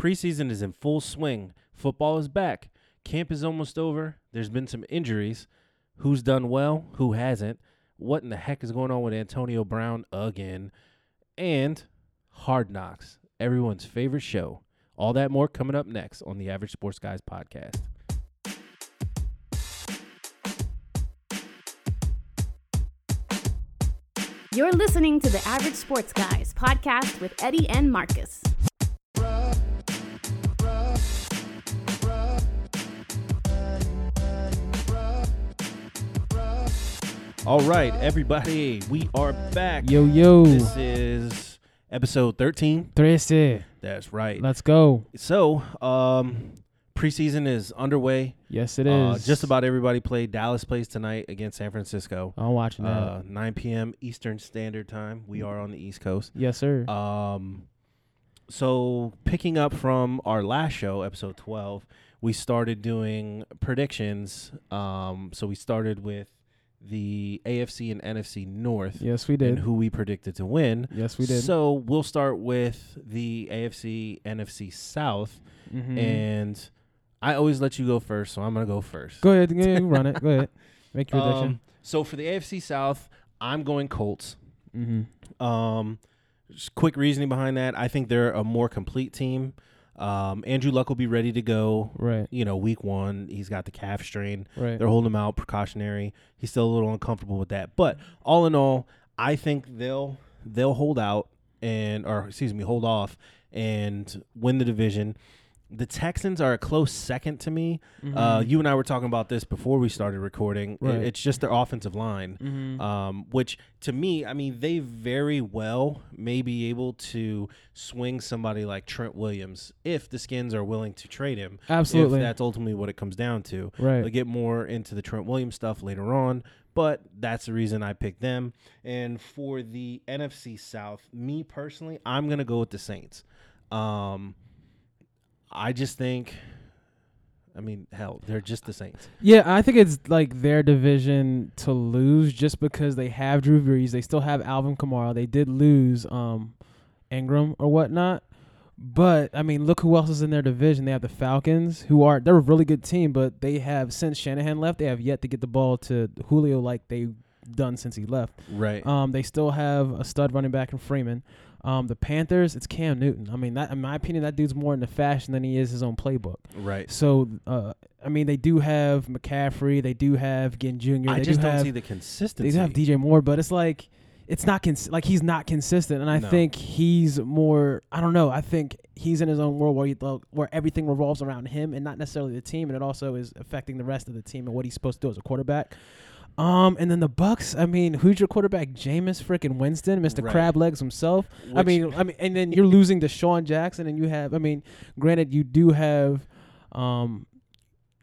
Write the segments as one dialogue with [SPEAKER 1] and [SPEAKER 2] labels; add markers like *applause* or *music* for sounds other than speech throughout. [SPEAKER 1] Preseason is in full swing. Football is back. Camp is almost over. There's been some injuries. Who's done well? Who hasn't? What in the heck is going on with Antonio Brown again? And Hard Knocks, everyone's favorite show. All that more coming up next on the Average Sports Guys podcast.
[SPEAKER 2] You're listening to the Average Sports Guys podcast with Eddie and Marcus.
[SPEAKER 1] All right, everybody, we are back.
[SPEAKER 3] Yo, yo.
[SPEAKER 1] This is episode 13.
[SPEAKER 3] 13.
[SPEAKER 1] That's right.
[SPEAKER 3] Let's go.
[SPEAKER 1] So, um, preseason is underway.
[SPEAKER 3] Yes, it is.
[SPEAKER 1] Uh, just about everybody played. Dallas plays tonight against San Francisco.
[SPEAKER 3] I'm watching that.
[SPEAKER 1] Uh, 9 p.m. Eastern Standard Time.
[SPEAKER 3] Mm.
[SPEAKER 1] We are on the East Coast.
[SPEAKER 3] yes, sir.
[SPEAKER 1] Um, so picking up from our last show, episode twelve, we started doing predictions. Um, so we started with the AFC and NFC North
[SPEAKER 3] yes, we
[SPEAKER 1] and
[SPEAKER 3] did.
[SPEAKER 1] who we predicted to win.
[SPEAKER 3] Yes, we did.
[SPEAKER 1] So we'll start with the AFC, NFC South,
[SPEAKER 3] Mhm.
[SPEAKER 1] and I always let you go first, so I'm gonna go first.
[SPEAKER 3] go ahead, go ahead, you run it. Go ahead. Make
[SPEAKER 1] *laughs*
[SPEAKER 3] your
[SPEAKER 1] Um,
[SPEAKER 3] prediction.
[SPEAKER 1] so for the AFC South, I'm going Colts.
[SPEAKER 3] mm-hmm.
[SPEAKER 1] Um, just quick reasoning behind that, I think they're a more complete team. Um, Andrew Luck will be ready to go.
[SPEAKER 3] Right,
[SPEAKER 1] You know, week one, he's got the calf strain.
[SPEAKER 3] right.
[SPEAKER 1] They're holding him out precautionary. He's still a little uncomfortable with that, but all in all, I think they'll they'll hold out and or excuse me, hold off and win the division. The Texans are a close second to me. Uh, you and I were talking about this before we started recording. It-
[SPEAKER 3] Mm-hmm. Right.
[SPEAKER 1] It's just their offensive line
[SPEAKER 3] mm-hmm.
[SPEAKER 1] um, which to me, I mean, they very well may be able to swing somebody like Trent Williams if the Skins are willing to trade him.
[SPEAKER 3] Absolutely.
[SPEAKER 1] if that's ultimately what it comes down to.
[SPEAKER 3] right.
[SPEAKER 1] We'll get more into the Trent Williams stuff later on, but that's the reason I picked them. And for the NFC South, me personally, I'm gonna go with the Saints. Um, I just think. I mean, hell, they're just the Saints.
[SPEAKER 3] Yeah, I think it's like their division to lose just because they have Drew Brees. They still have Alvin Kamara. They did lose um Ingram or whatnot. But I mean, look who else is in their division. They have the Falcons, who are they're a really good team, but they have since Shanahan left, they have yet to get the ball to Julio like they've done since he left.
[SPEAKER 1] Right.
[SPEAKER 3] Um, they still have a stud running back in Freeman. Um, the Panthers, it's Cam Newton. I mean, that in my opinion, that dude's more in the fashion than he is his own playbook.
[SPEAKER 1] right.
[SPEAKER 3] So, uh, I mean, they do have McCaffrey, they do have Ginn Jr.,
[SPEAKER 1] I
[SPEAKER 3] they
[SPEAKER 1] just
[SPEAKER 3] do
[SPEAKER 1] don't
[SPEAKER 3] have
[SPEAKER 1] see the
[SPEAKER 3] they
[SPEAKER 1] consistency.
[SPEAKER 3] do have DJ Moore, but it's like it's not cons- like he's not consistent, and I
[SPEAKER 1] No.
[SPEAKER 3] think he's more. I don't know. I think he's in his own world where he thought where everything revolves around him and not necessarily the team, and it also is affecting the rest of the team and what he's supposed to do as a quarterback. Um, and then the Bucks. I mean, who's your quarterback? Jameis freaking Winston, Mr.
[SPEAKER 1] Right.
[SPEAKER 3] Crab Legs himself. I
[SPEAKER 1] Which-
[SPEAKER 3] mean, I mean, and then you're losing to Sean Jackson, and you have. I mean, granted, you do have. Um,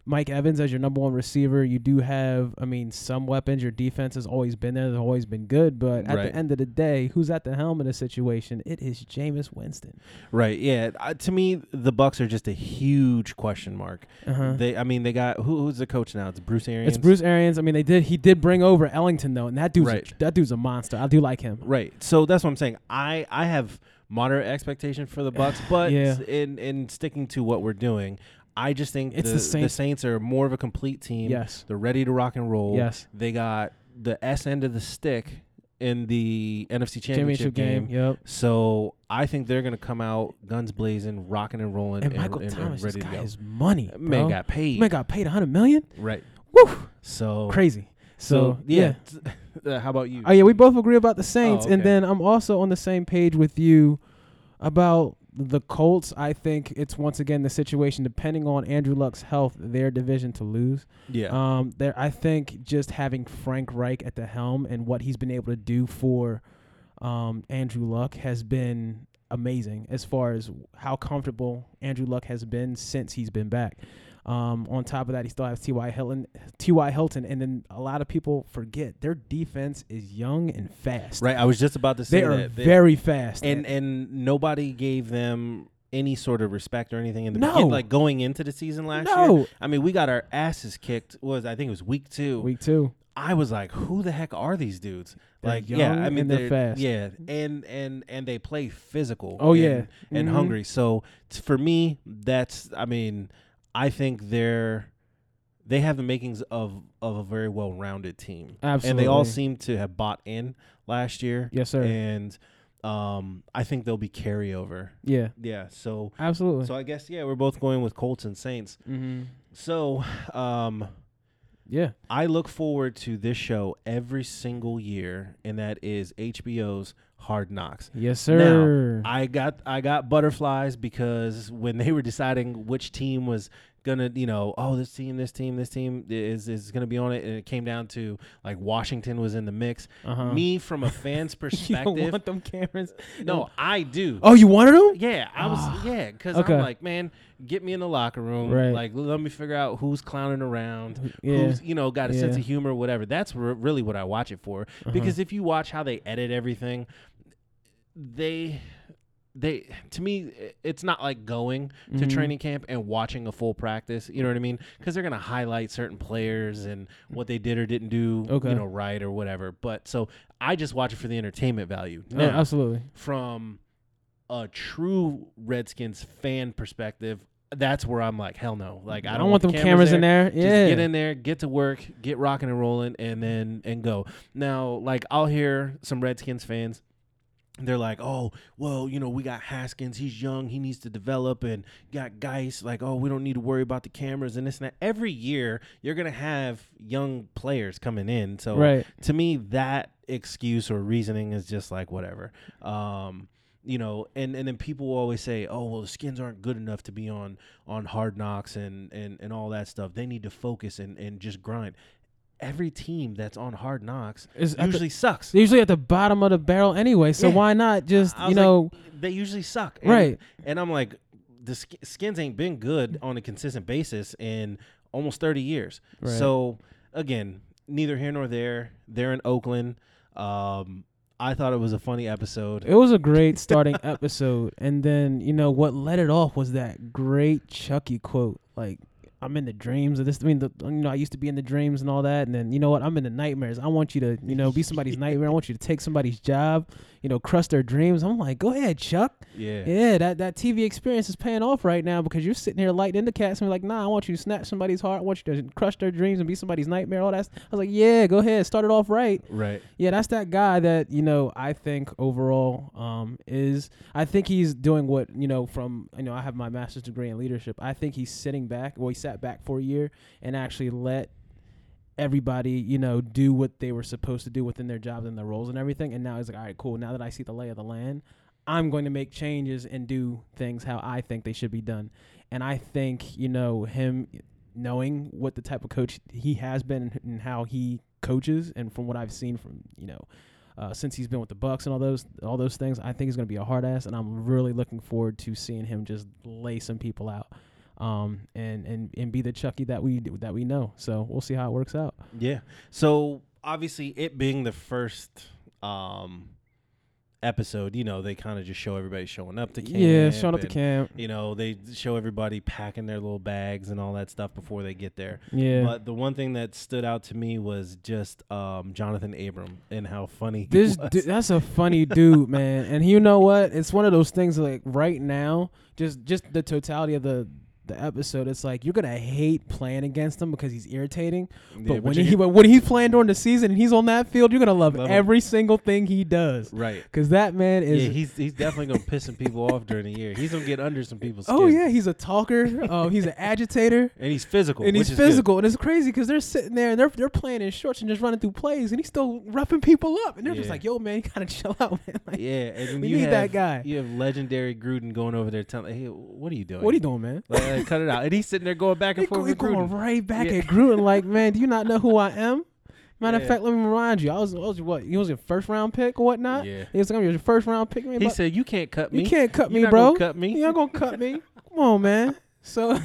[SPEAKER 3] Mike Evans as your number one receiver. You do have, I mean, some weapons. Your defense has always been there. They've always been good. But at
[SPEAKER 1] Right.
[SPEAKER 3] the end of the day, who's at the helm in this situation? It is Jameis Winston.
[SPEAKER 1] Right. Yeah. Uh, to me, the Bucks are just a huge question mark.
[SPEAKER 3] Uh-huh.
[SPEAKER 1] They. I mean, they got who, who's the coach now? It's Bruce Arians.
[SPEAKER 3] It's Bruce Arians. I mean, they did. He did bring over Ellington though, and that dude's
[SPEAKER 1] Right.
[SPEAKER 3] a, that dude's a monster. I do like him.
[SPEAKER 1] Right. So that's what I'm saying. I I have moderate expectation for the
[SPEAKER 3] *sighs*
[SPEAKER 1] Bucks, but
[SPEAKER 3] Yeah.
[SPEAKER 1] in in sticking to what we're doing, I just think
[SPEAKER 3] It's
[SPEAKER 1] the,
[SPEAKER 3] the
[SPEAKER 1] the Saints.
[SPEAKER 3] Saints.
[SPEAKER 1] are more of a complete team.
[SPEAKER 3] Yes.
[SPEAKER 1] They're ready to rock and roll.
[SPEAKER 3] Yes.
[SPEAKER 1] They got the S end of the stick in the NFC Championship,
[SPEAKER 3] Championship game. Yep.
[SPEAKER 1] So I think they're gonna come out guns blazing, rocking and rolling,
[SPEAKER 3] And Michael
[SPEAKER 1] and
[SPEAKER 3] Thomas, this
[SPEAKER 1] ready to
[SPEAKER 3] guy
[SPEAKER 1] go.
[SPEAKER 3] is money.
[SPEAKER 1] Man
[SPEAKER 3] bro.
[SPEAKER 1] got paid.
[SPEAKER 3] man got paid a hundred million.
[SPEAKER 1] Right.
[SPEAKER 3] Woo,
[SPEAKER 1] So
[SPEAKER 3] crazy. Oh. So, yeah.
[SPEAKER 1] Uh, *laughs* how about you?
[SPEAKER 3] Oh yeah, we both agree about the Saints,
[SPEAKER 1] okay.
[SPEAKER 3] and then I'm also on the same page with you about the Colts. I think it's once again the situation depending on Andrew Luck's health, their division to lose.
[SPEAKER 1] yeah.
[SPEAKER 3] Um, there, I think just having Frank Reich at the helm and what he's been able to do for um, Andrew Luck has been amazing as far as how comfortable Andrew Luck has been since he's been back. Um, on top of that, he still has T.Y. Hilton, T.Y. Hilton, and then a lot of people forget their defense is young and fast.
[SPEAKER 1] right. I was just about to say
[SPEAKER 3] they are
[SPEAKER 1] that. They-
[SPEAKER 3] very fast.
[SPEAKER 1] and and nobody gave them any sort of respect or anything in the
[SPEAKER 3] No.
[SPEAKER 1] beginning, like going into the season last year.
[SPEAKER 3] no,
[SPEAKER 1] I mean, we got our asses kicked. Was I think it was week two.
[SPEAKER 3] week two.
[SPEAKER 1] I was like, who the heck are these dudes?
[SPEAKER 3] They're
[SPEAKER 1] like, yeah,
[SPEAKER 3] young
[SPEAKER 1] I mean
[SPEAKER 3] and they're fast.
[SPEAKER 1] Yeah, and and and they play physical.
[SPEAKER 3] Oh,
[SPEAKER 1] and-
[SPEAKER 3] yeah.
[SPEAKER 1] and
[SPEAKER 3] Mhm.
[SPEAKER 1] hungry. So t- for me, that's I mean, I think they're they have the makings of of a very well rounded team,
[SPEAKER 3] Absolutely.
[SPEAKER 1] and they all seem to have bought in last year.
[SPEAKER 3] Yes, sir.
[SPEAKER 1] And um, I think they'll be carryover.
[SPEAKER 3] yeah,
[SPEAKER 1] Yeah. So
[SPEAKER 3] absolutely.
[SPEAKER 1] so I guess yeah, we're both going with Colts and Saints.
[SPEAKER 3] mm-hmm.
[SPEAKER 1] So um,
[SPEAKER 3] Yeah.
[SPEAKER 1] I look forward to this show every single year, and that is HBO's Hard Knocks.
[SPEAKER 3] Yes, sir.
[SPEAKER 1] I got I got butterflies because when they were deciding which team was gonna, you know, oh this team, this team, this team is is gonna be on it, and it came down to like Washington was in the mix.
[SPEAKER 3] Uh-huh.
[SPEAKER 1] Me from a *laughs* fan's
[SPEAKER 3] you don't
[SPEAKER 1] perspective,
[SPEAKER 3] want them cameras.
[SPEAKER 1] no, I do.
[SPEAKER 3] Oh, you wanted them?
[SPEAKER 1] Yeah, I was yeah, because
[SPEAKER 3] Ah, Okay.
[SPEAKER 1] I'm like, man, get me in the locker room.
[SPEAKER 3] Right.
[SPEAKER 1] Like, let me figure out who's clowning around,
[SPEAKER 3] Yeah.
[SPEAKER 1] who's you know got a sense
[SPEAKER 3] Yeah. Uh-huh.
[SPEAKER 1] of humor, whatever. That's re- really what I watch it for. Because if you watch how they edit everything, they they to me i- it's not like going to
[SPEAKER 3] Mhm.
[SPEAKER 1] training camp and watching a full practice you know what i mean because they're going to highlight certain players and what they did or didn't do
[SPEAKER 3] Okay.
[SPEAKER 1] you know right or whatever but so i just watch it for the entertainment value
[SPEAKER 3] Oh,
[SPEAKER 1] Now,
[SPEAKER 3] absolutely.
[SPEAKER 1] from a true Redskins fan perspective, that's where I'm like, hell no. Like I don't,
[SPEAKER 3] want them cameras, in there. Yeah.
[SPEAKER 1] Just get in there, get to work, get rocking and rolling, and then and go. Now, like I'll hear some Redskins fans. They're like, oh, well, you know, we got Haskins. He's young. He needs to develop. And got Geis. Like, oh, we don't need to worry about the cameras and this and that. Every year, you're gonna have young players coming in. So
[SPEAKER 3] Right.
[SPEAKER 1] to me that excuse or reasoning is just like whatever um you know and and then people will always say oh well the skins aren't good enough to be on on hard knocks and and and all that stuff they need to focus and and just grind every team that's on hard knocks
[SPEAKER 3] It's at the-
[SPEAKER 1] usually sucks
[SPEAKER 3] They're usually at the bottom of the barrel anyway, so
[SPEAKER 1] Yeah.
[SPEAKER 3] why not just
[SPEAKER 1] I was
[SPEAKER 3] you
[SPEAKER 1] like,
[SPEAKER 3] know?
[SPEAKER 1] they usually suck And-
[SPEAKER 3] Right.
[SPEAKER 1] and i'm like the sk- skins ain't been good on a consistent basis in almost 30 years
[SPEAKER 3] Right.
[SPEAKER 1] so again neither here nor there they're in oakland um i thought it was a funny episode
[SPEAKER 3] it was a great starting episode, and then you know what led it off was that great Chucky quote, like. I'm in the dreams of this. I mean, the, you know, I used to be in the dreams and all that. And then, you know what? I'm in the nightmares. I want you to, you know, be somebody's nightmare. I want you to take somebody's job, you know, crush their dreams. I'm like, go ahead, Chuck.
[SPEAKER 1] yeah
[SPEAKER 3] Yeah, that, that TV experience is paying off right now because you're sitting here lighting the cats and be like, nah, I want you to snatch somebody's heart, I want you to crush their dreams and be somebody's nightmare. All that. I was like, yeah, go ahead, start it off right.
[SPEAKER 1] right
[SPEAKER 3] Yeah, that's that guy that you know. I think overall, um, is I think he's doing what you know from you know. I have my master's degree in leadership. I think he's sitting back. Well, he sat back for a year and actually let everybody you know do what they were supposed to do within their jobs and their roles and everything. And now he's like, all right, cool. Now that I see the lay of the land, I'm going to make changes and do things how I think they should be done. And I think you know him knowing what the type of coach he has been and how he coaches and from what I've seen from you know uh, since he's been with the Bucks and all those all those things, I think he's going to be a hard ass, and I'm really looking forward to seeing him just lay some people out, um, and and and be the Chucky that we that we know. So we'll see how it works out.
[SPEAKER 1] Yeah. So obviously, it being the first um episode, you know, they kind of just show everybody showing up to camp.
[SPEAKER 3] yeah, showing up the
[SPEAKER 1] and,
[SPEAKER 3] camp.
[SPEAKER 1] You know, they show everybody packing their little bags and all that stuff before they get there.
[SPEAKER 3] Yeah,
[SPEAKER 1] But the one thing that stood out to me was just um, Jonathan Abram and how funny he *laughs*
[SPEAKER 3] This
[SPEAKER 1] was.
[SPEAKER 3] du- that's a funny dude, man. And you know what? It's one of those things like right now, just just the totality of the the episode. It's like you're gonna hate playing against him because he's irritating.
[SPEAKER 1] Yeah,
[SPEAKER 3] but
[SPEAKER 1] but
[SPEAKER 3] when
[SPEAKER 1] you
[SPEAKER 3] he
[SPEAKER 1] get-
[SPEAKER 3] but when he's playing during the season and he's on that field, you're gonna love,
[SPEAKER 1] Love him.
[SPEAKER 3] every single thing he
[SPEAKER 1] *laughs*
[SPEAKER 3] does.
[SPEAKER 1] right.
[SPEAKER 3] Cause that man is.
[SPEAKER 1] Yeah, he's he's definitely gonna piss some people off during the year. He's gonna get under some people's skin.
[SPEAKER 3] oh yeah, he's a talker. um,
[SPEAKER 1] *laughs*
[SPEAKER 3] he's an agitator.
[SPEAKER 1] and he's physical.
[SPEAKER 3] And he's
[SPEAKER 1] which is good.
[SPEAKER 3] physical, and it's crazy because they're sitting there and they're they're playing in shorts and just running through plays, and he's still roughing people up, and they're just
[SPEAKER 1] Yeah.
[SPEAKER 3] like, "Yo, man, you gotta *laughs* chill out, man."
[SPEAKER 1] *laughs*
[SPEAKER 3] Like,
[SPEAKER 1] Yeah, and then
[SPEAKER 3] We
[SPEAKER 1] you
[SPEAKER 3] need
[SPEAKER 1] have,
[SPEAKER 3] that guy.
[SPEAKER 1] You have legendary Gruden going over there telling, "Hey, what are you doing?
[SPEAKER 3] what are you doing, man?
[SPEAKER 1] Like, like, cut it out. And he's sitting there going back
[SPEAKER 3] They
[SPEAKER 1] and
[SPEAKER 3] go,
[SPEAKER 1] forth
[SPEAKER 3] they
[SPEAKER 1] with
[SPEAKER 3] going
[SPEAKER 1] Gruden.
[SPEAKER 3] right back
[SPEAKER 1] Yeah.
[SPEAKER 3] at Gruden, like, man, do you not know who I am? Matter of
[SPEAKER 1] Yeah.
[SPEAKER 3] fact, let me remind you, I was, I was what? You was your first round pick or whatnot.
[SPEAKER 1] Yeah.
[SPEAKER 3] He was gonna be your first round pick. Man,
[SPEAKER 1] He
[SPEAKER 3] but
[SPEAKER 1] said, "You can't cut me.
[SPEAKER 3] you can't cut
[SPEAKER 1] You're
[SPEAKER 3] me,
[SPEAKER 1] not
[SPEAKER 3] bro.
[SPEAKER 1] gonna cut me."
[SPEAKER 3] You're not gonna
[SPEAKER 1] *laughs*
[SPEAKER 3] cut me. Come on, man. So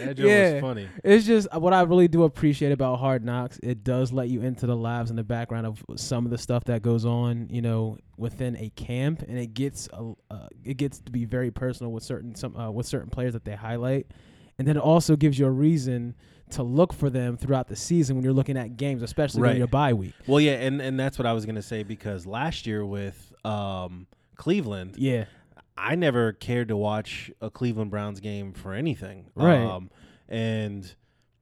[SPEAKER 1] That joke
[SPEAKER 3] Yeah.
[SPEAKER 1] was funny.
[SPEAKER 3] It's just uh, what I really do appreciate about Hard Knocks. It does let you into the lives and the background of some of the stuff that goes on, you know, within a camp, and it gets a, uh, it gets to be very personal with certain some uh, with certain players that they highlight, And then it also gives you a reason to look for them throughout the season when you're looking at games, especially
[SPEAKER 1] Right.
[SPEAKER 3] during your bye week.
[SPEAKER 1] Well, yeah, and and that's what I was gonna say because last year with um Cleveland,
[SPEAKER 3] Yeah.
[SPEAKER 1] I never cared to watch a Cleveland Browns game for anything.
[SPEAKER 3] Right.
[SPEAKER 1] Um, and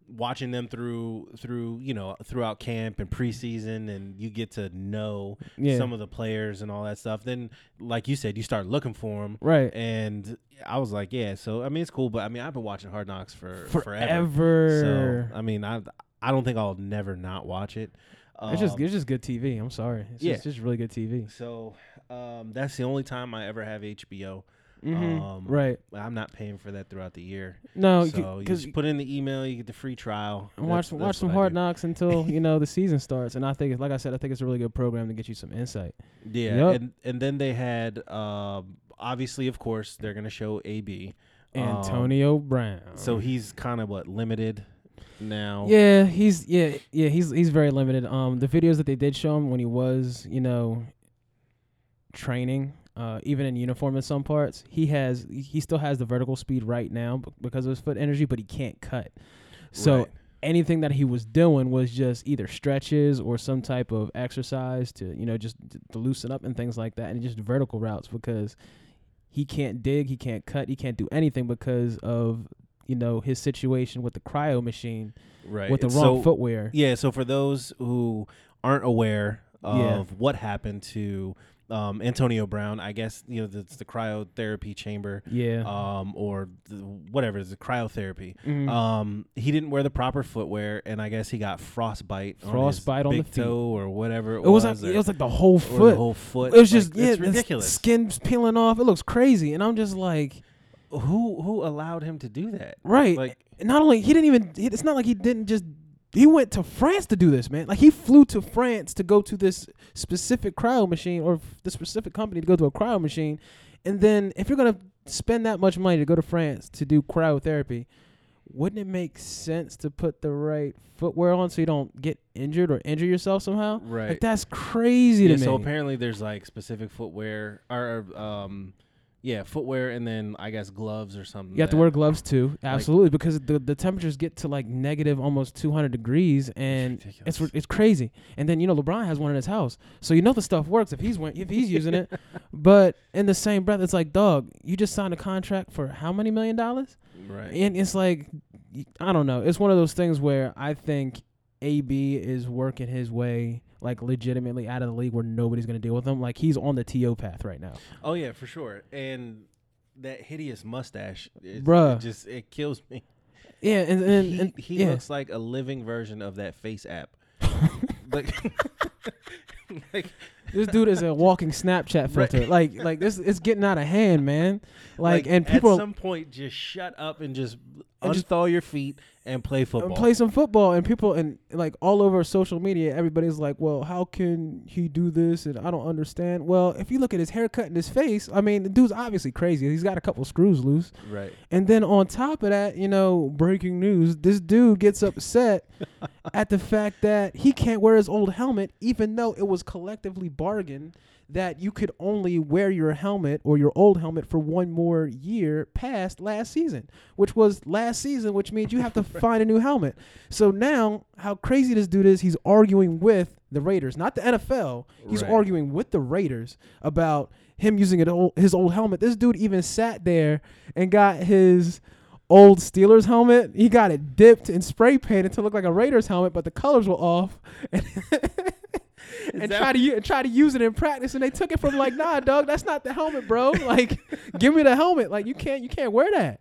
[SPEAKER 1] watching them through through you know throughout camp and preseason, and you get to know
[SPEAKER 3] Yeah.
[SPEAKER 1] some of the players and all that stuff. Then, like you said, you start looking for them.
[SPEAKER 3] Right. *laughs*
[SPEAKER 1] And I was like, yeah. So I mean, it's cool, but I mean, I've been watching Hard Knocks for forever.
[SPEAKER 3] Forever.
[SPEAKER 1] So I mean, I I don't think I'll never not watch it.
[SPEAKER 3] it's just
[SPEAKER 1] Um,
[SPEAKER 3] it's just good TV. I'm sorry. It's
[SPEAKER 1] yeah.
[SPEAKER 3] just, just really good TV.
[SPEAKER 1] So um, that's the only time I ever have HBO. Um,
[SPEAKER 3] Mm-hmm. right.
[SPEAKER 1] I'm not paying for that throughout the year.
[SPEAKER 3] No,
[SPEAKER 1] so you
[SPEAKER 3] because
[SPEAKER 1] just put in the email, you get the free trial.
[SPEAKER 3] And watch
[SPEAKER 1] That's-
[SPEAKER 3] watch
[SPEAKER 1] that's
[SPEAKER 3] some
[SPEAKER 1] what I
[SPEAKER 3] hard
[SPEAKER 1] do. *laughs*
[SPEAKER 3] knocks until you know the season starts. And I think, it's like I said, I think it's a really good program to get you some insight.
[SPEAKER 1] Yeah,
[SPEAKER 3] Yup.
[SPEAKER 1] and and then they had um, obviously, of course, they're gonna show AB. Um,
[SPEAKER 3] Antonio Brown.
[SPEAKER 1] so he's kind of what limited now.
[SPEAKER 3] yeah, he's yeah yeah he's he's very limited. Um, the videos that they did show him when he was you know training, uh, even in uniform in some parts, he has he still has the vertical speed right now b- because of his foot energy, but he can't cut. So
[SPEAKER 1] Right.
[SPEAKER 3] anything that he was doing was just either stretches or some type of exercise to you know just t- to loosen up and things like that and just vertical routes because he can't dig he can't cut he can't do anything because of you know his situation with the cryo machine
[SPEAKER 1] right
[SPEAKER 3] with the
[SPEAKER 1] And
[SPEAKER 3] wrong
[SPEAKER 1] so-
[SPEAKER 3] footwear
[SPEAKER 1] Yeah, so for those who aren't aware of
[SPEAKER 3] Yeah.
[SPEAKER 1] what happened to um, Antonio Brown, I guess you know that's the cryotherapy chamber,
[SPEAKER 3] yeah
[SPEAKER 1] um, or the, whatever the cryotherapy.
[SPEAKER 3] Mm.
[SPEAKER 1] Um, he didn't wear the proper footwear, and I guess he got frostbite,
[SPEAKER 3] Frostbite
[SPEAKER 1] on,
[SPEAKER 3] on
[SPEAKER 1] his
[SPEAKER 3] the
[SPEAKER 1] big
[SPEAKER 3] feet.
[SPEAKER 1] toe or whatever. It,
[SPEAKER 3] it was,
[SPEAKER 1] was
[SPEAKER 3] like
[SPEAKER 1] or-
[SPEAKER 3] it was like the whole
[SPEAKER 1] or
[SPEAKER 3] foot
[SPEAKER 1] the whole foot.
[SPEAKER 3] it was
[SPEAKER 1] Like,
[SPEAKER 3] just yeah
[SPEAKER 1] it's
[SPEAKER 3] the s-
[SPEAKER 1] ridiculous.
[SPEAKER 3] skin's peeling off it looks crazy and i'm just like
[SPEAKER 1] Who who allowed him to do that?
[SPEAKER 3] right
[SPEAKER 1] Like
[SPEAKER 3] And not only he didn't even he- it's not like he didn't just he went to France to do this, man. Like he flew to France to go to this specific cryo machine or f- this specific company to go to a cryo machine. And then if you're going to spend that much money to go to France to do cryotherapy, wouldn't it make sense to put the right footwear on so you don't get injured or injure yourself somehow?
[SPEAKER 1] right.
[SPEAKER 3] uh, Like that's crazy
[SPEAKER 1] yeah,
[SPEAKER 3] to me.
[SPEAKER 1] so apparently there's like specific footwear or um yeah, footwear and then I guess gloves or something.
[SPEAKER 3] you have to
[SPEAKER 1] that-
[SPEAKER 3] wear gloves too, absolutely, because the, the temperatures get to like negative almost 200 degrees, and
[SPEAKER 1] ridiculous.
[SPEAKER 3] It's it's crazy. And then you know LeBron has one in his house, so you know the stuff works if he's went, if he's
[SPEAKER 1] *laughs*
[SPEAKER 3] using it. But in the same breath, it's like, dog, you just signed a contract for how many million dollars?
[SPEAKER 1] right.
[SPEAKER 3] And it's like, y- I don't know. It's one of those things where I think AB is working his way like legitimately out of the league where nobody's gonna deal with him. Like he's on the TO path right now.
[SPEAKER 1] Oh yeah, for sure. And that hideous mustache, it,
[SPEAKER 3] Bruh.
[SPEAKER 1] it just it kills me.
[SPEAKER 3] Yeah, and and, and
[SPEAKER 1] he he
[SPEAKER 3] yeah.
[SPEAKER 1] looks like a living version of that face
[SPEAKER 3] *laughs*
[SPEAKER 1] app. like, *laughs* like,
[SPEAKER 3] this dude is a
[SPEAKER 1] *laughs*
[SPEAKER 3] walking Snapchat
[SPEAKER 1] Right.
[SPEAKER 3] filter. Like like this, it's getting out of hand, man. Like, and
[SPEAKER 1] at
[SPEAKER 3] people
[SPEAKER 1] some point just shut up and just
[SPEAKER 3] And just-
[SPEAKER 1] unthaw your feet and play football.
[SPEAKER 3] and play some football and people and like all over social media everybody's like well how can he do this and i don't understand well if you look at his haircut and his face i mean the dude's obviously crazy he's got a couple screws loose
[SPEAKER 1] right.
[SPEAKER 3] and then on top of that you know breaking news this dude gets upset at the fact that he can't wear his old helmet even though it was collectively bargained that you could only wear your helmet or your old helmet for one more year past last season, which was last season, which means you have to find a new helmet. So now, how crazy this dude is, he's arguing with the Raiders, not the NFL. He's
[SPEAKER 1] Right.
[SPEAKER 3] arguing with the Raiders about him using an old, his old helmet. This dude even sat there and got his old Steelers helmet. He got it dipped and spray painted to look like a Raiders helmet, but the colors were off. *laughs* and
[SPEAKER 1] that-
[SPEAKER 3] try to u- and try to use it in practice, and they took it from like, nah, dog, that's not the helmet, bro. Like, give me the helmet. Like, you can't you can't wear that.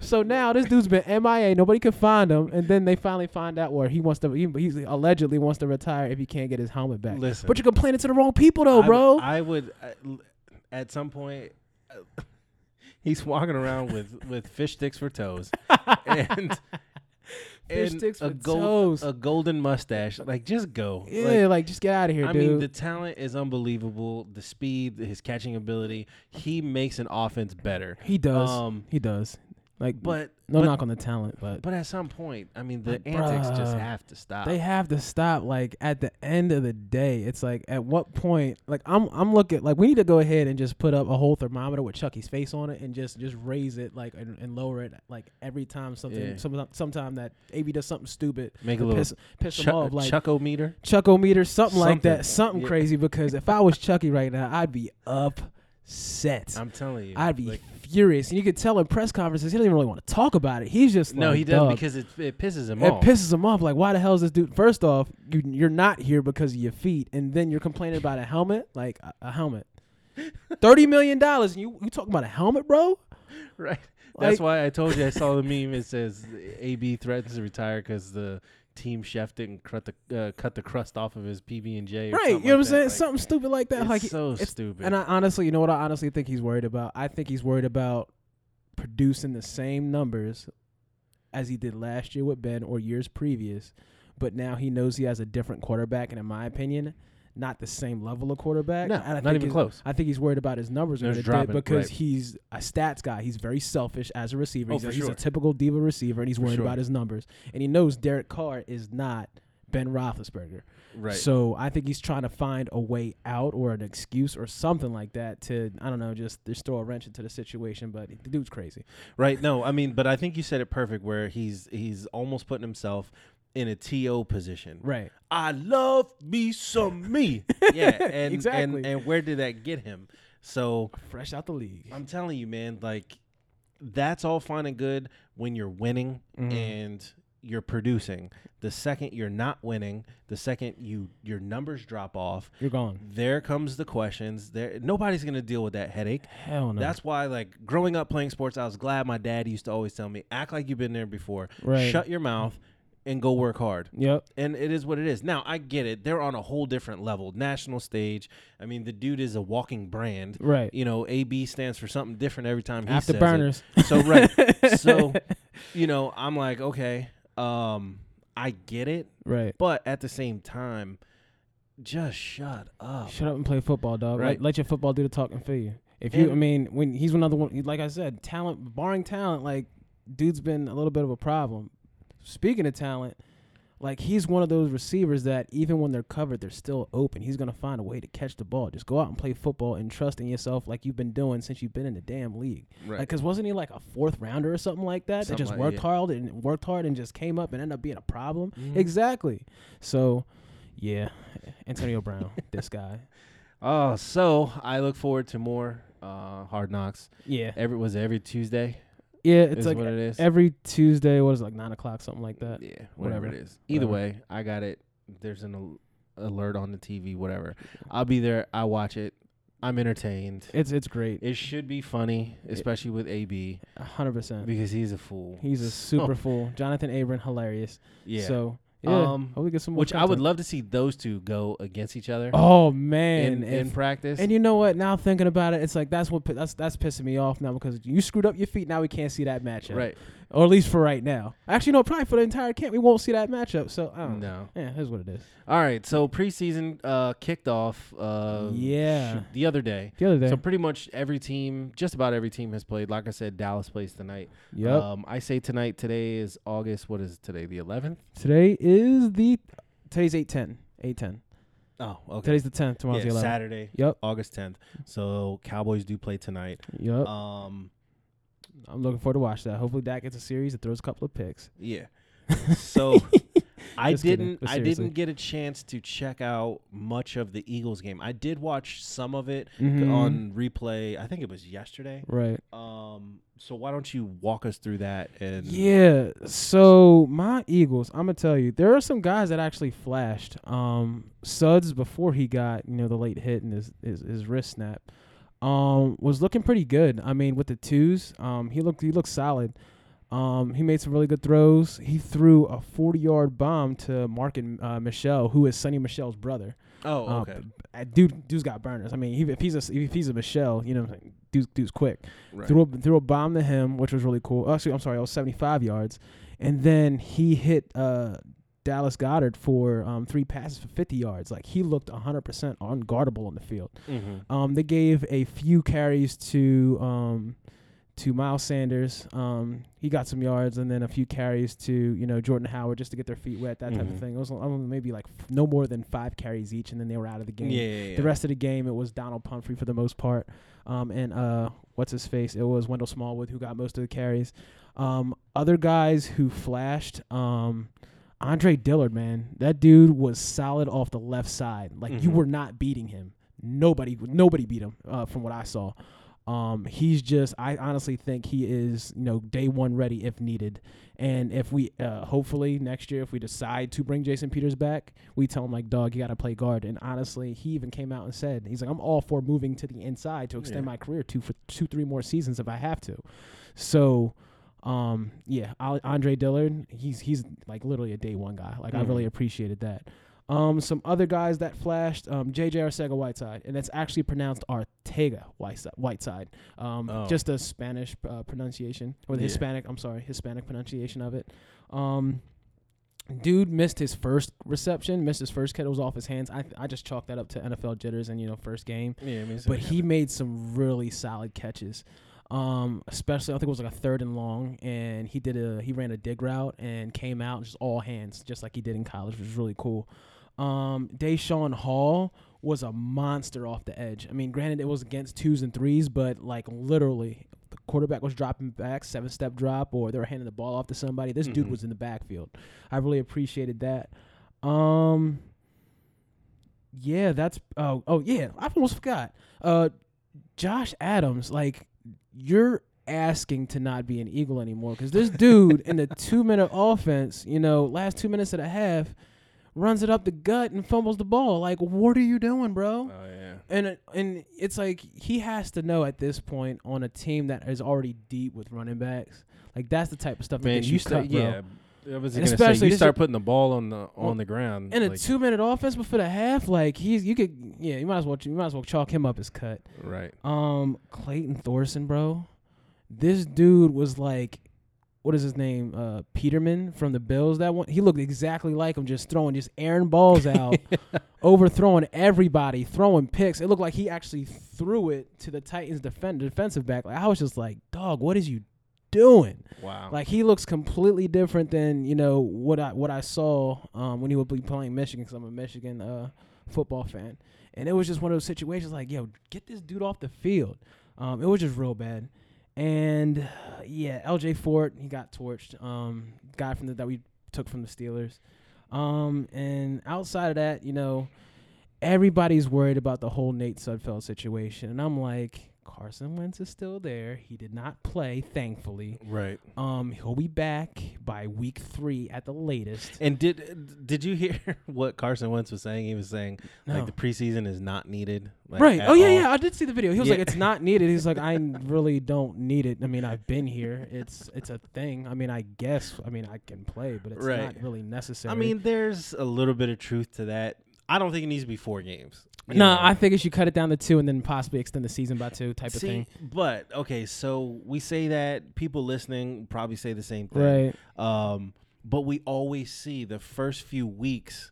[SPEAKER 3] So now this dude's been MIA. Nobody could find him, and then they finally find out where he wants to. He, he's allegedly wants to retire if he can't get his helmet back.
[SPEAKER 1] Listen.
[SPEAKER 3] but you're complaining to the wrong people though,
[SPEAKER 1] I
[SPEAKER 3] bro.
[SPEAKER 1] would- I would, uh, l- at some point, *laughs* uh, he's walking around with with fish sticks for
[SPEAKER 3] *laughs*
[SPEAKER 1] toes *laughs* and
[SPEAKER 3] Fish sticks
[SPEAKER 1] a
[SPEAKER 3] for
[SPEAKER 1] gold-
[SPEAKER 3] toes.
[SPEAKER 1] a golden mustache. Like, just go.
[SPEAKER 3] yeah,
[SPEAKER 1] Like,
[SPEAKER 3] like, just get out of here,
[SPEAKER 1] I
[SPEAKER 3] dude.
[SPEAKER 1] mean, the talent is unbelievable. The speed, his catching ability, he makes an offense better.
[SPEAKER 3] he does.
[SPEAKER 1] Um,
[SPEAKER 3] he does. Like,
[SPEAKER 1] But
[SPEAKER 3] no
[SPEAKER 1] but,
[SPEAKER 3] knock on the talent, but,
[SPEAKER 1] but uh, at some point, I mean, the
[SPEAKER 3] But
[SPEAKER 1] antics just
[SPEAKER 3] bruh,
[SPEAKER 1] have to stop.
[SPEAKER 3] they have to stop. Like at the end of the day, it's like at what point? Like I'm I'm looking like we need to go ahead and just put up a whole thermometer with Chucky's face on it and just just raise it like and, and lower it like every time
[SPEAKER 1] Yeah.
[SPEAKER 3] something some sometime, sometime that AB does something stupid
[SPEAKER 1] Make a
[SPEAKER 3] to
[SPEAKER 1] little
[SPEAKER 3] piss piss
[SPEAKER 1] Chuck-
[SPEAKER 3] him off like.
[SPEAKER 1] Chuckometer.
[SPEAKER 3] Chuckometer, something, like
[SPEAKER 1] Something.
[SPEAKER 3] that, something
[SPEAKER 1] Yeah.
[SPEAKER 3] crazy. Because if I was Chucky right now, I'd be upset.
[SPEAKER 1] I'm telling you,
[SPEAKER 3] I'd be
[SPEAKER 1] like,
[SPEAKER 3] furious. And you could tell in press conferences, he doesn't even really want to talk about it. He's just
[SPEAKER 1] no,
[SPEAKER 3] like,
[SPEAKER 1] he doesn't
[SPEAKER 3] "Dog,"
[SPEAKER 1] because it, it pisses him
[SPEAKER 3] it
[SPEAKER 1] off.
[SPEAKER 3] pisses him off. Like, why the hell is this dude? First off, you, you're not here because of your feet, and then you're complaining about a helmet, like a,
[SPEAKER 1] *laughs*
[SPEAKER 3] a helmet. Thirty million dollars, and you you talking about a helmet, bro?
[SPEAKER 1] *laughs* right. That's
[SPEAKER 3] Like-
[SPEAKER 1] why I told you I saw the meme. It says AB threatens to retire because the team chef didn't cut the uh, cut the crust off of his PB and J.
[SPEAKER 3] Right? You know what I'm saying? something stupid like that.
[SPEAKER 1] It's
[SPEAKER 3] like
[SPEAKER 1] so
[SPEAKER 3] it's-
[SPEAKER 1] stupid.
[SPEAKER 3] And I honestly, you know what I honestly think he's worried about? I think he's worried about producing the same numbers as he did last year with Ben or years previous, but now he knows he has a different quarterback, and in my opinion, not the same level of quarterback.
[SPEAKER 1] no,
[SPEAKER 3] And I
[SPEAKER 1] not
[SPEAKER 3] think
[SPEAKER 1] even
[SPEAKER 3] he's-
[SPEAKER 1] close.
[SPEAKER 3] I think he's worried about his numbers are
[SPEAKER 1] They're
[SPEAKER 3] gonna dip
[SPEAKER 1] dropping,
[SPEAKER 3] because
[SPEAKER 1] right.
[SPEAKER 3] he's a stats guy. He's very selfish as a receiver.
[SPEAKER 1] Oh,
[SPEAKER 3] he's a,
[SPEAKER 1] for
[SPEAKER 3] he's
[SPEAKER 1] sure.
[SPEAKER 3] a typical diva receiver, and he's
[SPEAKER 1] For
[SPEAKER 3] worried
[SPEAKER 1] sure.
[SPEAKER 3] about his numbers. And he knows Derek Carr is not Ben Roethlisberger.
[SPEAKER 1] Right.
[SPEAKER 3] So I think he's trying to find a way out or an excuse or something like that to I don't know, just just throw a wrench into the situation. But the dude's crazy.
[SPEAKER 1] Right. No, I mean, but I think you said it perfect where he's he's almost putting himself in a TO position.
[SPEAKER 3] Right.
[SPEAKER 1] I love me some
[SPEAKER 3] *laughs*
[SPEAKER 1] me. yeah, and,
[SPEAKER 3] Exactly.
[SPEAKER 1] and and where did that get him? So
[SPEAKER 3] Fresh out the league.
[SPEAKER 1] I'm telling you, man, like that's all fine and good when you're winning
[SPEAKER 3] Mhm.
[SPEAKER 1] and you're producing. The second you're not winning, the second you your numbers drop off,
[SPEAKER 3] You're gone.
[SPEAKER 1] there comes the questions. There nobody's gonna deal with that headache.
[SPEAKER 3] Hell no.
[SPEAKER 1] That's why, like, growing up playing sports, I was glad my dad used to always tell me, act like you've been there before,
[SPEAKER 3] Right.
[SPEAKER 1] shut your mouth, and go work hard.
[SPEAKER 3] Yep.
[SPEAKER 1] And it is what it is. Now, I get it. They're on a whole different level, national stage. I mean, the dude is a walking brand.
[SPEAKER 3] Right.
[SPEAKER 1] You know, AB stands for something different every time he says it.
[SPEAKER 3] Afterburners.
[SPEAKER 1] So,
[SPEAKER 3] *laughs*
[SPEAKER 1] right. so, you know, I'm like, okay, um, I get it.
[SPEAKER 3] Right.
[SPEAKER 1] But at the same time, just shut up.
[SPEAKER 3] Shut up and play football, dog.
[SPEAKER 1] Right.
[SPEAKER 3] Let, let your football do the talking for you. If you, I
[SPEAKER 1] And-
[SPEAKER 3] mean, when he's another one, like I said, talent, barring talent, like dude's been a little bit of a problem. Speaking of talent, like he's one of those receivers that even when they're covered, they're still open. He's gonna find a way to catch the ball. Just go out and play football and trust in yourself, like you've been doing since you've been in the damn league.
[SPEAKER 1] Right.
[SPEAKER 3] Like, cause wasn't he like a fourth rounder or something like that?
[SPEAKER 1] Something
[SPEAKER 3] that just
[SPEAKER 1] like-
[SPEAKER 3] worked
[SPEAKER 1] yeah.
[SPEAKER 3] hard and worked hard and just came up and ended up being a problem.
[SPEAKER 1] Mhm.
[SPEAKER 3] Exactly. So, yeah,
[SPEAKER 1] *laughs*
[SPEAKER 3] Antonio Brown, this guy.
[SPEAKER 1] Oh, so I look forward to more uh, Hard Knocks.
[SPEAKER 3] Yeah,
[SPEAKER 1] Every was it every Tuesday.
[SPEAKER 3] yeah. It's
[SPEAKER 1] is
[SPEAKER 3] like
[SPEAKER 1] what it is.
[SPEAKER 3] every Tuesday. What is it, like nine o'clock, something like that.
[SPEAKER 1] yeah, whatever,
[SPEAKER 3] whatever.
[SPEAKER 1] it is. Either
[SPEAKER 3] Whatever.
[SPEAKER 1] way, I got it. There's an al- alert on the TV. Whatever. I'll be there. I watch it. I'm entertained.
[SPEAKER 3] It's it's great.
[SPEAKER 1] It should be funny, especially with AB
[SPEAKER 3] A hundred percent.
[SPEAKER 1] because he's a fool.
[SPEAKER 3] He's a
[SPEAKER 1] So,
[SPEAKER 3] super fool. Jonathan Abram, hilarious.
[SPEAKER 1] Oh. *laughs* yeah.
[SPEAKER 3] So yeah,
[SPEAKER 1] Um,
[SPEAKER 3] hope we get some. More
[SPEAKER 1] Which I would
[SPEAKER 3] content.
[SPEAKER 1] love to see those two go against each other
[SPEAKER 3] Oh
[SPEAKER 1] in,
[SPEAKER 3] man,
[SPEAKER 1] in
[SPEAKER 3] and,
[SPEAKER 1] practice.
[SPEAKER 3] and you know what? Now thinking about it, it's like that's what pi- that's that's pissing me off now because you screwed up your feet. Now we can't see that matchup,
[SPEAKER 1] right?
[SPEAKER 3] Or at least for right now. Actually, no, probably for the entire camp we won't see that matchup. So I don't know.
[SPEAKER 1] No.
[SPEAKER 3] Yeah, here's what it is.
[SPEAKER 1] All right. So preseason uh, kicked off. Uh,
[SPEAKER 3] Yeah.
[SPEAKER 1] the other day.
[SPEAKER 3] The other day,
[SPEAKER 1] So pretty much every team, just about every team has played. Like I said, Dallas plays tonight.
[SPEAKER 3] yep.
[SPEAKER 1] Um, I say tonight. Today is August. What is it today? The 11th.
[SPEAKER 3] today is the today's eight ten. Eight ten.
[SPEAKER 1] Oh, okay.
[SPEAKER 3] Today's the tenth. Tomorrow's
[SPEAKER 1] yeah,
[SPEAKER 3] the eleventh.
[SPEAKER 1] Saturday,
[SPEAKER 3] Yep.
[SPEAKER 1] August 10th. So Cowboys do play tonight.
[SPEAKER 3] Yep.
[SPEAKER 1] Um,
[SPEAKER 3] I'm looking forward to watch that. Hopefully, Dak gets a series that throws a couple of picks. *laughs*
[SPEAKER 1] yeah. So I
[SPEAKER 3] Just kidding,
[SPEAKER 1] didn't.
[SPEAKER 3] but
[SPEAKER 1] I
[SPEAKER 3] seriously.
[SPEAKER 1] didn't get a chance to check out much of the Eagles game. I did watch some of it
[SPEAKER 3] Hmm.
[SPEAKER 1] on replay. I think it was yesterday.
[SPEAKER 3] Mm-hmm. right.
[SPEAKER 1] Um, so why don't you walk us through that? And
[SPEAKER 3] Yeah. So my Eagles, I'm gonna tell you, there are some guys that actually flashed. Um, Suds before he got you know the late hit and his his, his wrist snap, um, was looking pretty good. I mean, with the twos, um, he looked he looked solid. Um, he made some really good throws. He threw a 40 yard bomb to Mark and uh, Michelle, who is Sonny Michelle's brother.
[SPEAKER 1] oh,
[SPEAKER 3] Uh,
[SPEAKER 1] okay,
[SPEAKER 3] Uh, dude, dude's got burners. I mean, he, if he's a if he's a Michelle, you know, what I'm saying, dude's dude's quick.
[SPEAKER 1] right.
[SPEAKER 3] Threw a, threw a bomb to him, which was really cool. Actually, I'm sorry, it was 75 yards, and then he hit uh, Dallas Goddard for um, three passes for 50 yards. Like he looked 100%
[SPEAKER 1] Mm-hmm.
[SPEAKER 3] unguardable on the field.
[SPEAKER 1] Mhm.
[SPEAKER 3] Um, they gave a few carries to um, to Miles Sanders. Um, he got some yards and then a few carries to you know Jordan Howard just to get their feet wet, that type
[SPEAKER 1] Mhm.
[SPEAKER 3] of thing. It was um, maybe like f- no more than five carries each, and then they were out of the game.
[SPEAKER 1] Yeah, yeah, yeah.
[SPEAKER 3] The rest of the game, it was Donald Pumphrey for the most part, um, and uh, what's his face? It was Wendell Smallwood who got most of the carries. Um, other guys who flashed, um, Andre Dillard, man, that dude was solid off the left side. Like you
[SPEAKER 1] Mhm.
[SPEAKER 3] were not beating him. Nobody, nobody beat him uh, from what I saw. Um, he's just, I honestly think he is, you know, day one ready if needed. And if we, uh, hopefully next year, if we decide to bring Jason Peters back, we tell him like, dog, you got to play guard. And honestly, he even came out and said, he's like, I'm all for moving to the inside to extend
[SPEAKER 1] Yeah.
[SPEAKER 3] my career two for two, three more seasons if I have to. So, um, yeah, Al- Andre Dillard, he's he's like literally a day one guy. Like I
[SPEAKER 1] Mhm.
[SPEAKER 3] really appreciated that. Um, some other guys that flashed, um, J.J. Arcega Whiteside, and that's actually pronounced Artega Whitesi- Whiteside. Um,
[SPEAKER 1] Oh.
[SPEAKER 3] just the Spanish uh, pronunciation or the
[SPEAKER 1] Yeah.
[SPEAKER 3] Hispanic. I'm sorry, Hispanic pronunciation of it. Um, dude missed his first reception, missed his first catch. It was off his hands. I I just chalked that up to NFL jitters and you know first game
[SPEAKER 1] Yeah, I mean, it's
[SPEAKER 3] but
[SPEAKER 1] okay.
[SPEAKER 3] he made some really solid catches. Um, especially I think it was like a third and long, and he did a he ran a dig route and came out just all hands, just like he did in college, which was really cool. Um, Deshaun Hall was a monster off the edge. I mean, granted it was against twos and threes, but like literally, the quarterback was dropping back, seven step drop, or they were handing the ball off to somebody. This dude
[SPEAKER 1] Mhm.
[SPEAKER 3] was in the backfield. I really appreciated that. Um, yeah, that's oh oh yeah, I almost forgot. Uh, Josh Adams, like you're asking to not be an Eagle anymore because this dude in the
[SPEAKER 1] *laughs*
[SPEAKER 3] two minute offense, you know, last two minutes of the half, runs it up the gut and fumbles the ball. Like, what are you doing, bro?
[SPEAKER 1] Oh yeah.
[SPEAKER 3] And it- and it's like he has to know at this point on a team that is already deep with running backs. Like that's the type of stuff that
[SPEAKER 1] Man,
[SPEAKER 3] gets
[SPEAKER 1] you,
[SPEAKER 3] you
[SPEAKER 1] start.
[SPEAKER 3] cut, bro.
[SPEAKER 1] Yeah, I was
[SPEAKER 3] And
[SPEAKER 1] gonna
[SPEAKER 3] especially
[SPEAKER 1] say you
[SPEAKER 3] this
[SPEAKER 1] start
[SPEAKER 3] is-
[SPEAKER 1] putting the ball on the
[SPEAKER 3] Well,
[SPEAKER 1] on the ground.
[SPEAKER 3] In a
[SPEAKER 1] like-
[SPEAKER 3] two minute offense, but for the half, like he's you could yeah, you might as well you might as well chalk him up as cut.
[SPEAKER 1] right.
[SPEAKER 3] Um, Clayton Thorson, bro. This dude was like, what is his name? Uh, Peterman from the Bills. That one, he looked exactly like him, just throwing, just airing balls out, overthrowing everybody, throwing picks. It looked like he actually threw it to the Titans' defend defensive back. Like I was just like, dog, what is you doing?
[SPEAKER 1] Wow.
[SPEAKER 3] Like he looks completely different than you know what I what I saw um, when he would be playing Michigan because I'm a Michigan uh, football fan, and it was just one of those situations like yo get this dude off the field. Um, it was just real bad, and uh, yeah, L.J. Fort he got torched. Um, guy from the, that we took from the Steelers, um, and outside of that, you know, everybody's worried about the whole Nate Sudfeld situation, and I'm like. Carson Wentz is still there. He did not play, thankfully.
[SPEAKER 1] right.
[SPEAKER 3] Um, he'll be back by week three at the latest.
[SPEAKER 1] And did did you hear *laughs* what Carson Wentz was saying? He was saying
[SPEAKER 3] No.
[SPEAKER 1] like the preseason is not needed. Like,
[SPEAKER 3] right.
[SPEAKER 1] at
[SPEAKER 3] Oh yeah,
[SPEAKER 1] all.
[SPEAKER 3] yeah. I did see the video. He was
[SPEAKER 1] Yeah.
[SPEAKER 3] like, "It's not needed." He's
[SPEAKER 1] *laughs*
[SPEAKER 3] like, "I really don't need it. I mean, I've been here. It's it's a thing. I mean, I guess. I mean, I can play, but it's
[SPEAKER 1] Right.
[SPEAKER 3] not really necessary."
[SPEAKER 1] I mean, there's a little bit of truth to that. I don't think it needs to be four games.
[SPEAKER 3] no,
[SPEAKER 1] you know?
[SPEAKER 3] I think it should cut it down to two and then possibly extend the season by two type of
[SPEAKER 1] See,
[SPEAKER 3] thing.
[SPEAKER 1] but okay, so we say that people listening probably say the same thing.
[SPEAKER 3] Right.
[SPEAKER 1] Um, but we always see the first few weeks,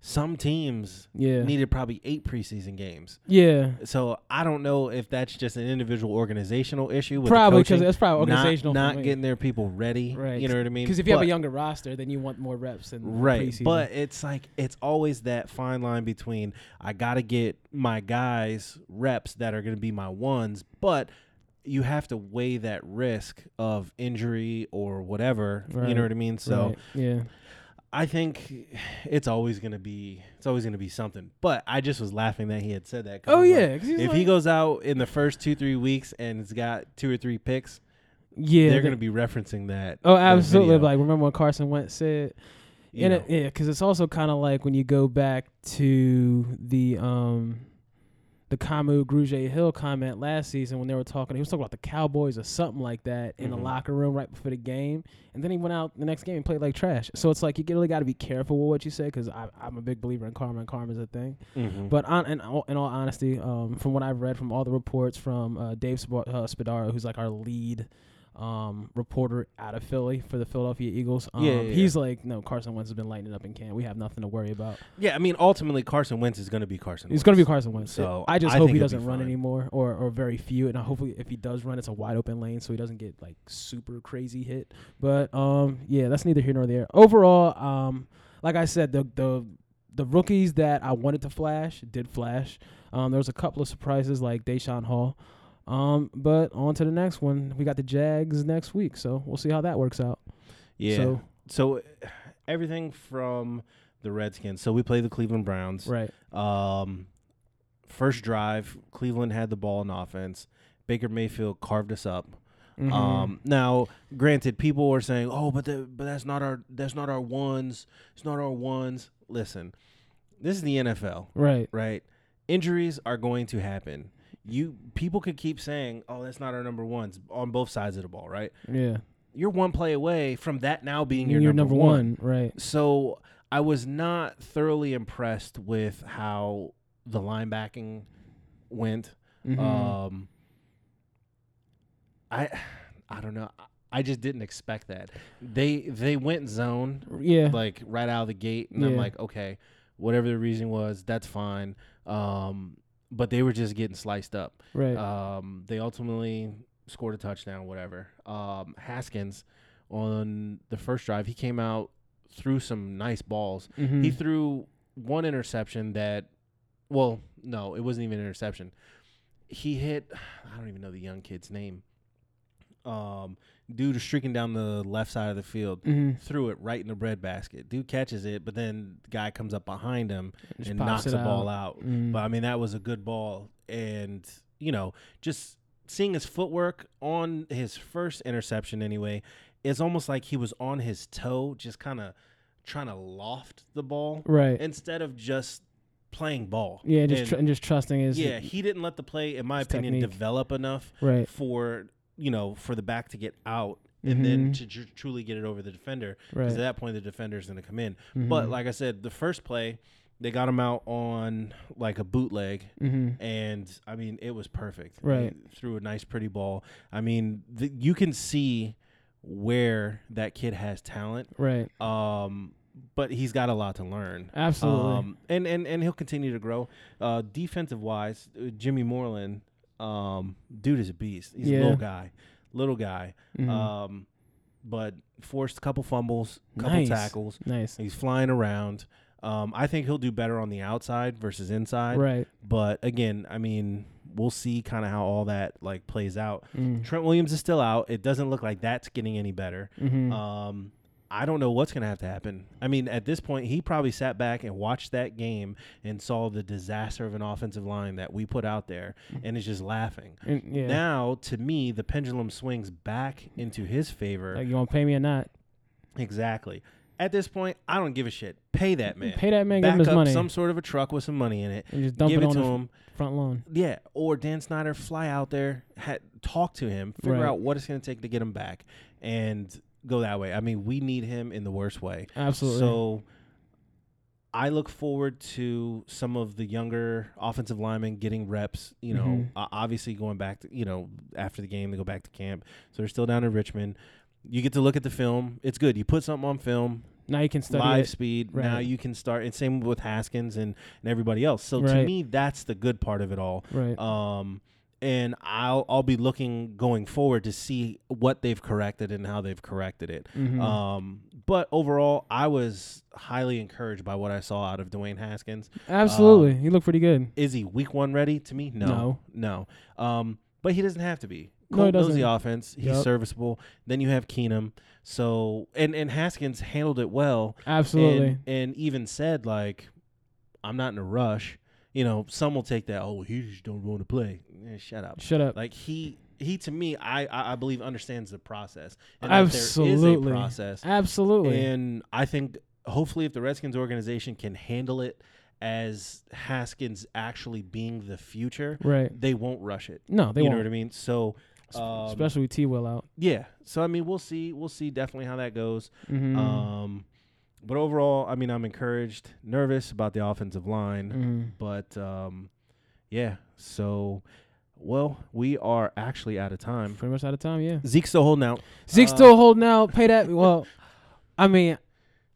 [SPEAKER 1] some teams
[SPEAKER 3] Yeah.
[SPEAKER 1] needed probably eight preseason games.
[SPEAKER 3] yeah.
[SPEAKER 1] So I don't know if that's just an individual organizational issue. With the
[SPEAKER 3] Probably because
[SPEAKER 1] coaching,
[SPEAKER 3] that's probably
[SPEAKER 1] not-
[SPEAKER 3] organizational.
[SPEAKER 1] Not, getting their people ready.
[SPEAKER 3] Right.
[SPEAKER 1] You know what I mean?
[SPEAKER 3] because if you have a
[SPEAKER 1] But-
[SPEAKER 3] younger roster, then you want more reps and
[SPEAKER 1] Right,
[SPEAKER 3] Preseason.
[SPEAKER 1] but it's like it's always that fine line between I gotta get my guys reps that are gonna be my ones, but you have to weigh that risk of injury or whatever. You
[SPEAKER 3] Right,
[SPEAKER 1] know what I mean? So
[SPEAKER 3] Right, yeah.
[SPEAKER 1] I think it's always gonna be it's always gonna be something. But I just was laughing that he had said that. 'cause
[SPEAKER 3] Oh
[SPEAKER 1] I'm like,
[SPEAKER 3] yeah. 'cause he's
[SPEAKER 1] if
[SPEAKER 3] like-
[SPEAKER 1] he goes out in the first two three weeks and it's got two or three picks,
[SPEAKER 3] yeah,
[SPEAKER 1] they're
[SPEAKER 3] the-
[SPEAKER 1] gonna be referencing that.
[SPEAKER 3] Oh,
[SPEAKER 1] that
[SPEAKER 3] absolutely.
[SPEAKER 1] video,
[SPEAKER 3] Like, remember when Carson Wentz said,
[SPEAKER 1] you
[SPEAKER 3] and
[SPEAKER 1] know.
[SPEAKER 3] it, yeah, because it's also kind of like when you go back to the um, the Kamu Grugier Hill comment last season when they were talking, he was talking about the Cowboys or something like that in the
[SPEAKER 1] Mhm.
[SPEAKER 3] locker room right before the game, and then he went out the next game and played like trash. So it's like you really got to be kareful with what you say because I'm a big believer in karma, and karma's a thing.
[SPEAKER 4] Mm-hmm.
[SPEAKER 1] Mhm.
[SPEAKER 3] But on, in, all, in all honesty, um, from what I've read from all the reports from uh, Dave Sp- uh, Spadaro, who's like our lead um, reporter out of Philly for the Philadelphia Eagles. Um,
[SPEAKER 4] Yeah, yeah, yeah.
[SPEAKER 3] he's like, no, Carson Wentz has been lighting it up in camp. We have nothing to worry about.
[SPEAKER 4] Yeah, I mean, ultimately Carson Wentz is going to be Carson.
[SPEAKER 3] It's going to be
[SPEAKER 4] Wentz.
[SPEAKER 3] Carson Wentz.
[SPEAKER 4] So,
[SPEAKER 3] I just
[SPEAKER 4] I
[SPEAKER 3] hope
[SPEAKER 4] think
[SPEAKER 3] he
[SPEAKER 4] he'll be
[SPEAKER 3] doesn't run
[SPEAKER 4] fine.
[SPEAKER 3] anymore, or or very few. And I hopefully, if he does run, it's a wide open lane, so he doesn't get like super crazy hit. But um, yeah, that's neither here nor there. Overall, um, like I said, the the the rookies that I wanted to flash did flash. Um, there was a couple of surprises like Deshaun Hall. Um, but on to the next one. We got the Jags next week, so we'll see how that works out.
[SPEAKER 4] Yeah.
[SPEAKER 3] So,
[SPEAKER 4] So, uh, everything from the Redskins. So we play the Cleveland Browns.
[SPEAKER 3] right.
[SPEAKER 4] Um, first drive, Cleveland had the ball in offense. Baker Mayfield carved us up.
[SPEAKER 3] Mhm.
[SPEAKER 4] Um, now, granted, people were saying, "Oh, but the, but that's not our that's not our ones. It's not our ones." Listen, this is the NFL,
[SPEAKER 3] right.
[SPEAKER 4] right? Injuries are going to happen. You people could keep saying, "Oh, that's not our number ones" on both sides of the ball, right?
[SPEAKER 3] Yeah.
[SPEAKER 4] You're one play away from that now being your
[SPEAKER 3] You're number, one. Right.
[SPEAKER 4] so I was not thoroughly impressed with how the linebacking went.
[SPEAKER 3] Mhm.
[SPEAKER 4] Um, I, I don't know. I just didn't expect that. They they went zone
[SPEAKER 3] yeah.
[SPEAKER 4] like right out of the gate, and I'm
[SPEAKER 3] Yeah.
[SPEAKER 4] like, okay, whatever the reason was, that's fine. Um, but they were just getting sliced up.
[SPEAKER 3] right.
[SPEAKER 4] Um, they ultimately scored a touchdown, whatever. Um, Haskins on the first drive, he came out, threw some nice balls.
[SPEAKER 3] Mhm.
[SPEAKER 4] He threw one interception that, well, no, it wasn't even an interception. He hit, I don't even know the young kid's name. Um, dude was streaking down the left side of the field.
[SPEAKER 3] Mhm.
[SPEAKER 4] Threw it right in the bread basket. Dude catches it, but then the guy comes up behind him
[SPEAKER 3] Just
[SPEAKER 4] and
[SPEAKER 3] pops
[SPEAKER 4] knocks
[SPEAKER 3] it
[SPEAKER 4] the ball out.
[SPEAKER 3] Mm.
[SPEAKER 4] But I mean, that was a good ball, and you know, just seeing his footwork on his first interception, anyway, it's almost like he was on his toe, just kind of trying to loft the ball
[SPEAKER 3] right.
[SPEAKER 4] instead of just playing ball.
[SPEAKER 3] yeah, just
[SPEAKER 4] And,
[SPEAKER 3] tr- and just trusting his
[SPEAKER 4] yeah. He didn't let the play, in my
[SPEAKER 3] his
[SPEAKER 4] opinion,
[SPEAKER 3] technique.
[SPEAKER 4] develop enough
[SPEAKER 3] right.
[SPEAKER 4] for you know for the back to get out. And then
[SPEAKER 3] Mhm.
[SPEAKER 4] to tr- truly get it over the defender,
[SPEAKER 3] right.
[SPEAKER 4] because at that point the defender's going to come in. But
[SPEAKER 3] Mhm.
[SPEAKER 4] like I said, the first play, they got him out on like a bootleg,
[SPEAKER 3] Mhm.
[SPEAKER 4] and I mean it was perfect.
[SPEAKER 3] Right.
[SPEAKER 4] He threw a nice, pretty ball. I mean, th- you can see where that kid has talent,
[SPEAKER 3] right.
[SPEAKER 4] um, but he's got a lot to learn.
[SPEAKER 3] Absolutely.
[SPEAKER 4] Um, and and and he'll continue to grow. Uh, defensive wise, uh, Jimmy Moreland, um, dude is a beast. He's
[SPEAKER 3] Yeah.
[SPEAKER 4] a little guy, little guy.
[SPEAKER 3] Mhm.
[SPEAKER 4] Um, but forced a couple fumbles, couple
[SPEAKER 3] Nice.
[SPEAKER 4] tackles.
[SPEAKER 3] nice.
[SPEAKER 4] He's flying around. Um, I think he'll do better on the outside versus inside.
[SPEAKER 3] Right.
[SPEAKER 4] But again, I mean, we'll see kind of how all that like plays out.
[SPEAKER 3] Mm.
[SPEAKER 4] Trent Williams is still out. It doesn't look like that's getting any better.
[SPEAKER 3] Mhm.
[SPEAKER 4] Um, I don't know what's going to have to happen. I mean, at this point, he probably sat back and watched that game and saw the disaster of an offensive line that we put out there and is just laughing.
[SPEAKER 3] And- yeah.
[SPEAKER 4] Now, to me, the pendulum swings back into his favor.
[SPEAKER 3] like you gonna pay me or not?
[SPEAKER 4] Exactly. At this point, I don't give a shit. Pay that man.
[SPEAKER 3] Pay that man, give
[SPEAKER 4] Back
[SPEAKER 3] him his
[SPEAKER 4] up
[SPEAKER 3] money,
[SPEAKER 4] some sort of a truck with some money in it.
[SPEAKER 3] and just dump
[SPEAKER 4] give
[SPEAKER 3] it,
[SPEAKER 4] it,
[SPEAKER 3] on
[SPEAKER 4] to
[SPEAKER 3] his
[SPEAKER 4] him.
[SPEAKER 3] front lawn.
[SPEAKER 4] Yeah. Or Dan Snyder, fly out there, ha- talk to him, figure
[SPEAKER 3] Right.
[SPEAKER 4] out what it's going to take to get him back, and go that way. I mean, we need him in the worst way.
[SPEAKER 3] Absolutely.
[SPEAKER 4] So I look forward to some of the younger offensive linemen getting reps. You know,
[SPEAKER 3] Mhm.
[SPEAKER 4] o- obviously going back to, you know, after the game, they go back to camp. So they're still down in Richmond. You get to look at the film. It's good. You put something on film,
[SPEAKER 3] now you can study
[SPEAKER 4] live
[SPEAKER 3] it.
[SPEAKER 4] speed. Now
[SPEAKER 3] Right.
[SPEAKER 4] you can start. And same with Haskins and, and everybody else. So to
[SPEAKER 3] Right.
[SPEAKER 4] me, that's the good part of it all.
[SPEAKER 3] Right.
[SPEAKER 4] Um, and I'll I'll be looking going forward to see what they've corrected and how they've corrected it.
[SPEAKER 3] Mhm.
[SPEAKER 4] Um, but overall, I was highly encouraged by what I saw out of Dwayne Haskins.
[SPEAKER 3] Absolutely. he looked pretty good.
[SPEAKER 4] Is he week one ready to me? No, no. Um, but he doesn't have to be.
[SPEAKER 3] No, he
[SPEAKER 4] Colt knows
[SPEAKER 3] doesn't.
[SPEAKER 4] the offense. He's
[SPEAKER 3] Yup.
[SPEAKER 4] serviceable. Then you have Keenum. So and and Haskins handled it well.
[SPEAKER 3] Absolutely.
[SPEAKER 4] And, and even said like, I'm not in a rush. You know, some will take that. Oh, he just don't want to play. Eh, shut up.
[SPEAKER 3] Shut up.
[SPEAKER 4] Like he he to me, I I, I believe understands the process. And that There is a
[SPEAKER 3] Absolutely.
[SPEAKER 4] process.
[SPEAKER 3] Absolutely.
[SPEAKER 4] And I think hopefully, if the Redskins organization can handle it as Haskins actually being the future,
[SPEAKER 3] right.
[SPEAKER 4] they won't rush it.
[SPEAKER 3] No, they
[SPEAKER 4] you
[SPEAKER 3] won't.
[SPEAKER 4] know what I mean? So,
[SPEAKER 3] Sp-
[SPEAKER 4] um,
[SPEAKER 3] Especially with T Will out.
[SPEAKER 4] yeah. So I mean, we'll see. We'll see definitely how that goes.
[SPEAKER 3] Mhm.
[SPEAKER 4] Um, but overall, I mean, I'm encouraged,
[SPEAKER 3] Mm-hmm.
[SPEAKER 4] nervous about the offensive line,
[SPEAKER 3] Mhm.
[SPEAKER 4] but um, yeah. So Well, we are actually out of time.
[SPEAKER 3] Pretty much out of time, yeah.
[SPEAKER 4] Zeke's still holding out.
[SPEAKER 3] Zeke's
[SPEAKER 4] Uh,
[SPEAKER 3] still holding out. Pay *laughs* that. Well, I mean,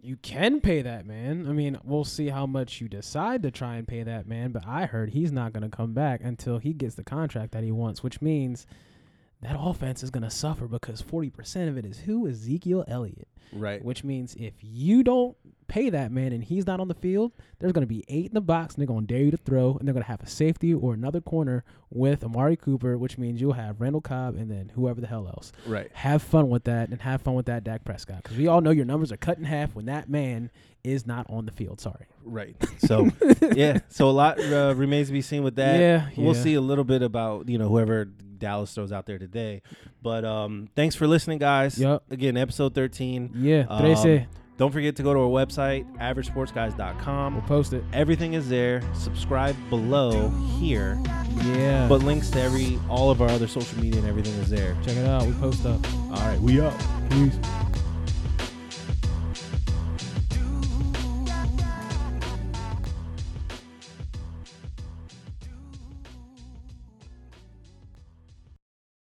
[SPEAKER 3] you can pay that man. I mean, we'll see how much you decide to try and pay that man. But I heard he's not going to come back until he gets the contract that he wants, which means that offense is going to suffer because 40% of it is who? Ezekiel Elliott.
[SPEAKER 4] Right.
[SPEAKER 3] Which means if you don't pay that man and he's not on the field, there's going to be eight in the box and they're going to dare you to throw and they're going to have a safety or another corner with Amari Cooper, which means you'll have Randall Cobb and then whoever the hell else
[SPEAKER 4] Right.
[SPEAKER 3] have fun with that and have fun with that Dak Prescott because we all know your numbers are cut in half when that man is not on the field. Sorry.
[SPEAKER 4] Right. So, yeah. So a lot uh, remains to be seen with that.
[SPEAKER 3] Yeah,
[SPEAKER 4] We'll
[SPEAKER 3] yeah.
[SPEAKER 4] see a little bit about you know whoever Dallas throws out there today. But um, thanks for listening, guys.
[SPEAKER 3] Yup.
[SPEAKER 4] Again, episode thirteen.
[SPEAKER 3] Yeah,
[SPEAKER 4] Um,
[SPEAKER 3] 13.
[SPEAKER 4] Don't forget to go to our website, averagesportsguys.com.
[SPEAKER 3] We'll post it.
[SPEAKER 4] Everything is there. Subscribe below here,
[SPEAKER 3] Yeah.
[SPEAKER 4] but links to every all of our other social media and everything is there.
[SPEAKER 3] check it out. We post stuff.
[SPEAKER 4] All right, we up.
[SPEAKER 3] Peace.